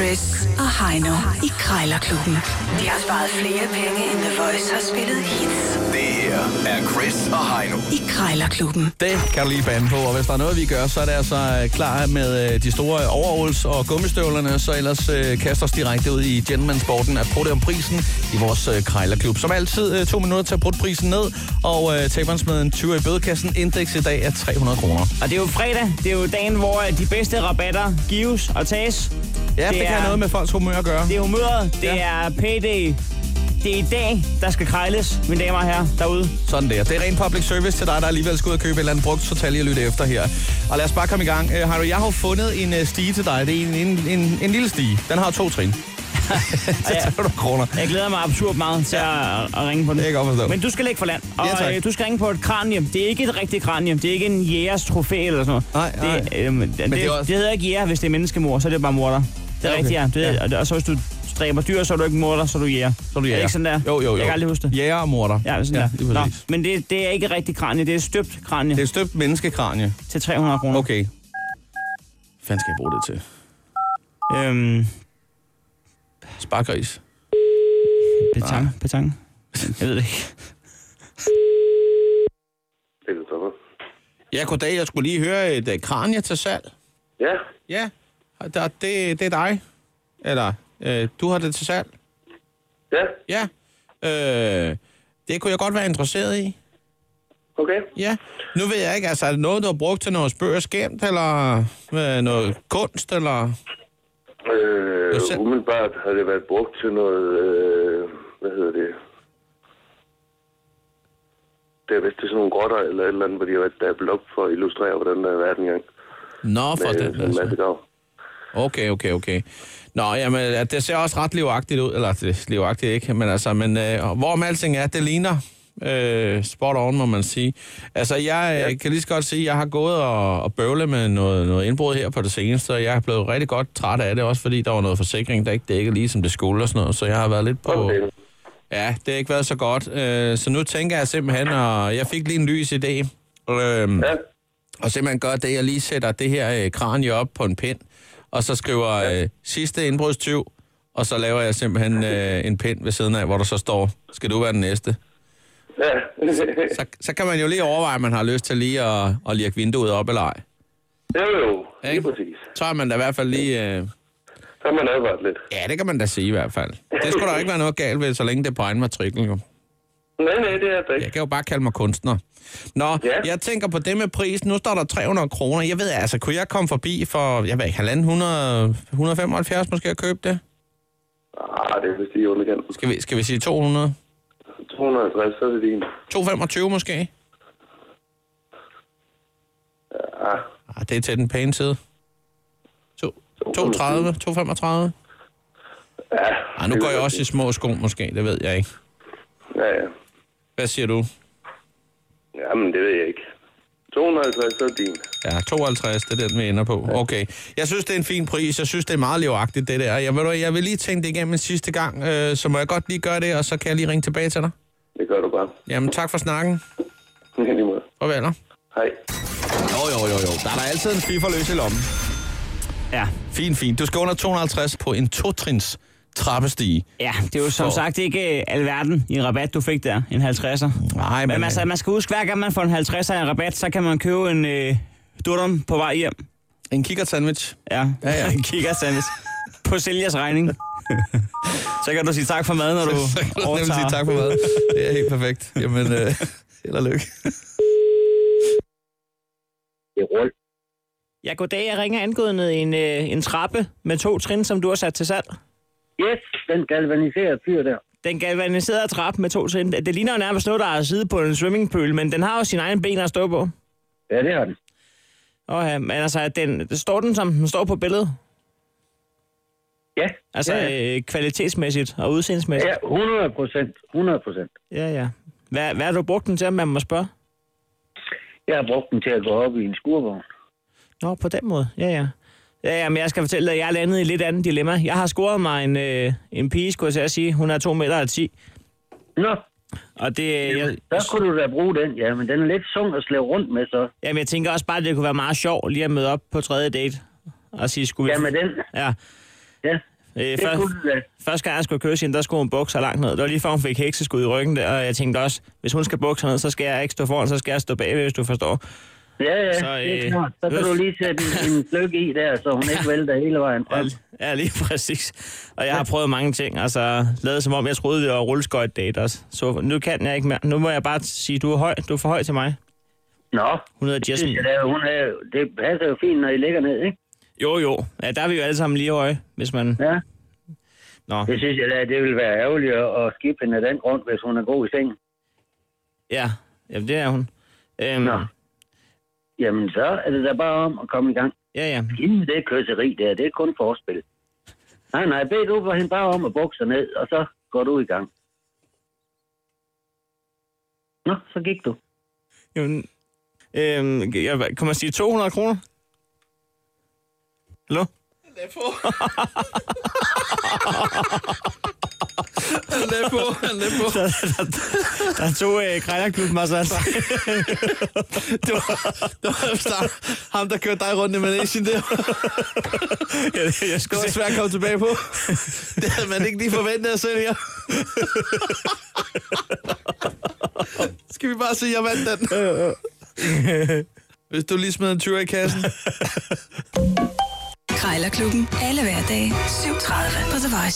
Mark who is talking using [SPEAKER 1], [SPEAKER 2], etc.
[SPEAKER 1] Chris og Heino i Krejlerklubben. De har sparet flere penge, end The Voice har spillet hits
[SPEAKER 2] Det her er Chris og Heino.
[SPEAKER 1] i Krejlerklubben.
[SPEAKER 3] Det kan du lige bande på, og hvis der er noget, vi gør, så er det altså øh, klar med øh, de store overalls og gummistøvlerne, så ellers øh, kaster os direkte ud i gentleman-sporten af Prut om prisen i vores øh, krejlerklub. Som altid, øh, to minutter til at putte prisen ned, og øh, taberen smed en 20 i bødekassen. Indeks i dag er 300 kroner.
[SPEAKER 4] Og det er jo fredag, det er jo dagen, hvor øh, de bedste rabatter gives og tages.
[SPEAKER 3] Ja, det, det kan
[SPEAKER 4] er,
[SPEAKER 3] have noget med folks humør at gøre.
[SPEAKER 4] Det er humøret, det
[SPEAKER 3] Ja.
[SPEAKER 4] ja. er payday. Det er i dag, der skal krejles, mine damer og herrer, derude.
[SPEAKER 3] Sådan der. Det er ren public service til dig, der alligevel skal ud og købe et eller andet brugt, så tag lige og lyt efter her. Og lad os bare komme i gang. Øh, Harry, jeg har jo fundet en øh, stige til dig. Det er en, en, en, en lille stige. Den har to trin. til 300 kroner.
[SPEAKER 4] Jeg glæder mig absurd meget til ja. at, at ringe på den.
[SPEAKER 3] Det kan jeg godt forstå.
[SPEAKER 4] Men du skal ligge for land, og
[SPEAKER 3] Ja, tak.
[SPEAKER 4] øh, du skal ringe på et kranium. Det er ikke et rigtigt kranium, det er ikke en jægers trofæ eller sådan
[SPEAKER 3] Nej,
[SPEAKER 4] noget.
[SPEAKER 3] nej.
[SPEAKER 4] Det, øhm, det, det,
[SPEAKER 3] det er
[SPEAKER 4] det,
[SPEAKER 3] også-
[SPEAKER 4] hedder ikke jæger, hvis det er menneskemor, så er det bare morder. Det er
[SPEAKER 3] Ja,
[SPEAKER 4] rigtigt, ja.
[SPEAKER 3] okay.
[SPEAKER 4] Det,
[SPEAKER 3] Ja.
[SPEAKER 4] ja. Og, og så hvis du dræber dyr, så er du ikke morder, så er du jæger.
[SPEAKER 3] Så er du
[SPEAKER 4] Er
[SPEAKER 3] jæger.
[SPEAKER 4] det ikke sådan der?
[SPEAKER 3] Jo, jo, jo.
[SPEAKER 4] Jeg kan aldrig huske det.
[SPEAKER 3] Jæger og morter.
[SPEAKER 4] Ja, sådan
[SPEAKER 3] ja,
[SPEAKER 4] der.
[SPEAKER 3] Nå.
[SPEAKER 4] Nå, men det, det er ikke rigtig kranje, det er støbt kranje
[SPEAKER 3] Det er
[SPEAKER 4] det...
[SPEAKER 3] et støbt menneskekranje.
[SPEAKER 4] til 300 kroner.
[SPEAKER 3] Okay. Hvad fanden skal jeg bruge det til?
[SPEAKER 4] Øhm,
[SPEAKER 3] Sparkris.
[SPEAKER 4] petang, petang. Jeg ved det ikke.
[SPEAKER 5] Det er Christoffer.
[SPEAKER 3] Ja, goddag. Jeg skulle lige høre et uh, kranje til salg.
[SPEAKER 5] Ja,
[SPEAKER 3] Ja, og der, det, det er dig. Eller, øh, du har det til salg.
[SPEAKER 5] ja,
[SPEAKER 3] Ja. Øh, det kunne jeg godt være interesseret i.
[SPEAKER 5] okay.
[SPEAKER 3] Ja. Nu ved jeg ikke, altså er det noget, du har brugt til noget spøg og skæmt, eller øh, noget kunst, eller...
[SPEAKER 5] Øh,
[SPEAKER 3] Du selv-
[SPEAKER 5] umiddelbart har det været brugt til noget, øh, hvad hedder det? Det er vist til sådan nogle grotter eller et eller andet, hvor de har været dablet op for at illustrere, hvordan der har været engang.
[SPEAKER 3] Nå, for
[SPEAKER 5] Med
[SPEAKER 3] den,
[SPEAKER 5] sådan en masse
[SPEAKER 3] altså.
[SPEAKER 5] gav.
[SPEAKER 3] Okay, okay, okay. Nå, jamen, øh, det ser også ret livagtigt ud, eller det livagtigt ikke, men altså, men øh, hvorom alting er, det ligner øh, spot on, må man sige. Altså, jeg ja. kan lige så godt sige, at jeg har gået og, og bøvlet med noget, noget indbrud her på det seneste, og jeg er blevet rigtig godt træt af det, også fordi der var noget forsikring, der ikke dækkede lige som det skulle og sådan noget, så jeg har været lidt på...
[SPEAKER 5] Okay.
[SPEAKER 3] Ja, det har ikke været så godt. Øh, så nu tænker jeg simpelthen, og jeg fik lige en lys idé. Øh,
[SPEAKER 5] Ja,
[SPEAKER 3] og simpelthen gør det, jeg lige sætter det her øh, kranje op på en pind, og så skriver øh, sidste indbrudstyv, og så laver jeg simpelthen øh, en pind ved siden af, hvor der så står, skal du være den næste?
[SPEAKER 5] ja.
[SPEAKER 3] Så, så kan man jo lige overveje, om man har lyst til lige at, at lirke vinduet op eller ej.
[SPEAKER 5] jo, jo, lige
[SPEAKER 3] Ikke?
[SPEAKER 5] præcis.
[SPEAKER 3] Så er man da i hvert fald lige... Øh,
[SPEAKER 5] Så har man advaret lidt.
[SPEAKER 3] ja, det kan man da sige i hvert fald. Det skulle der ikke være noget galt ved, så længe det er på egen matrikel, jo.
[SPEAKER 5] Nej, nej, det er det
[SPEAKER 3] Jeg
[SPEAKER 5] ikke.
[SPEAKER 3] kan jo bare kalde mig kunstner. Nå, ja.
[SPEAKER 5] Ja.
[SPEAKER 3] jeg tænker på det med prisen. Nu står der 300 kroner. Jeg ved altså, kunne jeg komme forbi for, jeg ved ikke, halvanden 100, 175 måske at købe det?
[SPEAKER 5] Ah, det er vist lige i underkanten.
[SPEAKER 3] Skal vi, skal vi sige 200?
[SPEAKER 5] 250, så er det din.
[SPEAKER 3] 225 måske?
[SPEAKER 5] Ja,
[SPEAKER 3] Ah, det er til den pæne side. To- 230? 235?
[SPEAKER 5] ja.
[SPEAKER 3] Ah, nu går jeg også i små sko måske, det ved jeg ikke.
[SPEAKER 5] Ja, ja.
[SPEAKER 3] Hvad siger du?
[SPEAKER 5] Jamen, det ved jeg ikke. 250, så er det din.
[SPEAKER 3] Ja, 52, det er den, vi ender på. Okay. Jeg synes, det er en fin pris. Jeg synes, det er meget livagtigt, det der. Jeg, ved, du hvad, jeg vil lige tænke det igennem en sidste gang, øh, så må jeg godt lige gøre det, og så kan jeg lige ringe tilbage til dig.
[SPEAKER 5] Det gør du bare.
[SPEAKER 3] Jamen, tak for snakken.
[SPEAKER 5] Ja, lige måde.
[SPEAKER 3] Farvel.
[SPEAKER 5] Hej.
[SPEAKER 3] Jo, jo, jo, jo. Der er der altid en fiffer løs i lommen.
[SPEAKER 4] Ja.
[SPEAKER 3] Fint, fint. Du skal under 250 på en totrins trappestige.
[SPEAKER 4] ja, det er jo som
[SPEAKER 3] For-
[SPEAKER 4] sagt ikke øh, alverden i en rabat, du fik der, en 50'er.
[SPEAKER 3] Nej, øh,
[SPEAKER 4] Men altså, man skal huske, hver gang man får en 50'er i rabat, så kan man købe en øh, durdum på vej hjem.
[SPEAKER 3] En kikkert sandwich.
[SPEAKER 4] Ja,
[SPEAKER 3] Ja, ja.
[SPEAKER 4] en kigger sandwich. På sælgers regning. så kan du sige tak for maden, når du
[SPEAKER 3] Så kan du nemlig sige
[SPEAKER 4] overtager.
[SPEAKER 3] tak for mad. Det er helt perfekt. Jamen, øh, held og lykke.
[SPEAKER 6] Det er rundt.
[SPEAKER 4] Ja, goddag. Jeg ringer angående en, øh, en trappe med to trin, som du har sat til salg.
[SPEAKER 6] Yes, den galvaniserede fyr der.
[SPEAKER 4] Den galvaniserede trappe med to trin. Det ligner jo nærmest noget, der er siddet på en swimmingpøl, men den har jo sin egen ben at stå på.
[SPEAKER 6] Ja, det er den.
[SPEAKER 4] Åh ja, men altså, den, står den, som den står på billedet?
[SPEAKER 6] Ja,
[SPEAKER 4] Altså
[SPEAKER 6] ja, ja.
[SPEAKER 4] øh, kvalitetsmæssigt og udseendsmæssigt?
[SPEAKER 6] ja 100 procent. 100 procent.
[SPEAKER 4] Ja, ja. Hvad, hvad har du brugt den til, om man må spørge?
[SPEAKER 6] Jeg har brugt den til at gå op i en skurvogn.
[SPEAKER 4] Nå, på den måde. Ja, ja. Ja, ja, men jeg skal fortælle dig, at jeg er landet i et lidt andet dilemma. Jeg har scoret mig en, øh, en pige, skulle jeg til at sige. Hun er 2 meter og 10.
[SPEAKER 6] Nå,
[SPEAKER 4] Og det, øh, jeg,
[SPEAKER 6] der kunne du da bruge den. Ja, men den er lidt sung at slæve rundt med, så.
[SPEAKER 4] jamen, jeg tænker også bare, at det kunne være meget sjovt lige at møde op på tredje date og sige, skulle vi...
[SPEAKER 6] Ja, med den.
[SPEAKER 4] Ja.
[SPEAKER 6] Ja,
[SPEAKER 4] Øh,
[SPEAKER 6] det
[SPEAKER 4] først,
[SPEAKER 6] kunne det da.
[SPEAKER 4] første gang, jeg skulle kysse hende, der skulle hun bukke sig langt ned. Det var lige før, hun fik hekseskud i ryggen der, og jeg tænkte også, hvis hun skal bukke sig ned, så skal jeg ikke stå foran, så skal jeg stå bagved, hvis du forstår.
[SPEAKER 6] Ja, ja,
[SPEAKER 4] Så,
[SPEAKER 6] så, det
[SPEAKER 4] øh,
[SPEAKER 6] er klart. Så kan
[SPEAKER 4] øst-
[SPEAKER 6] du lige sætte en, en fløk i der, så hun ikke vælter hele vejen frem.
[SPEAKER 4] Ja, lige præcis. Og jeg har prøvet mange ting, altså lavet som om, jeg troede, det var rulleskøjt også. Så nu kan jeg ikke mere. Nu må jeg bare sige, du er høj, du er for høj til mig.
[SPEAKER 6] Nå,
[SPEAKER 4] Hun hedder
[SPEAKER 6] det,
[SPEAKER 4] Jessen.
[SPEAKER 6] synes jeg da, hun er, det passer jo fint, når I ligger ned, ikke?
[SPEAKER 4] Jo, jo. Ja, der er vi jo alle sammen lige høje, hvis man...
[SPEAKER 6] Ja,
[SPEAKER 4] Nå,
[SPEAKER 6] det synes jeg da, det ville være ærgerligt at at skippe hende af den grund, hvis hun er god i sengen.
[SPEAKER 4] ja. Jamen, det er hun. Øhm,
[SPEAKER 6] Nå. Jamen, så er det da bare om at komme i gang.
[SPEAKER 4] Ja, ja.
[SPEAKER 6] Inden det kysseri der, det er kun forspil. Nej, nej, bed du for hende bare om at bukke sig ned, og så går du i gang. Nå, så gik du.
[SPEAKER 4] Jamen, øhm, jeg, kan man sige 200 kroner? Hallo?
[SPEAKER 3] er Han er på, han er på.
[SPEAKER 4] Der, der, der tog øh, Krejlerklubben også altså.
[SPEAKER 3] Det var, det var snart ham, der kørte dig rundt i manesien der.
[SPEAKER 4] jeg, jeg
[SPEAKER 3] Det
[SPEAKER 4] skulle
[SPEAKER 3] var
[SPEAKER 4] se.
[SPEAKER 3] svært at komme tilbage på. Det havde man ikke lige forventet at sælge. Skal vi bare sige, at jeg vandt den? Hvis du lige smed en 20 i kassen.
[SPEAKER 1] Krejlerklubben. Alle hverdage. 7.30 på The Voice.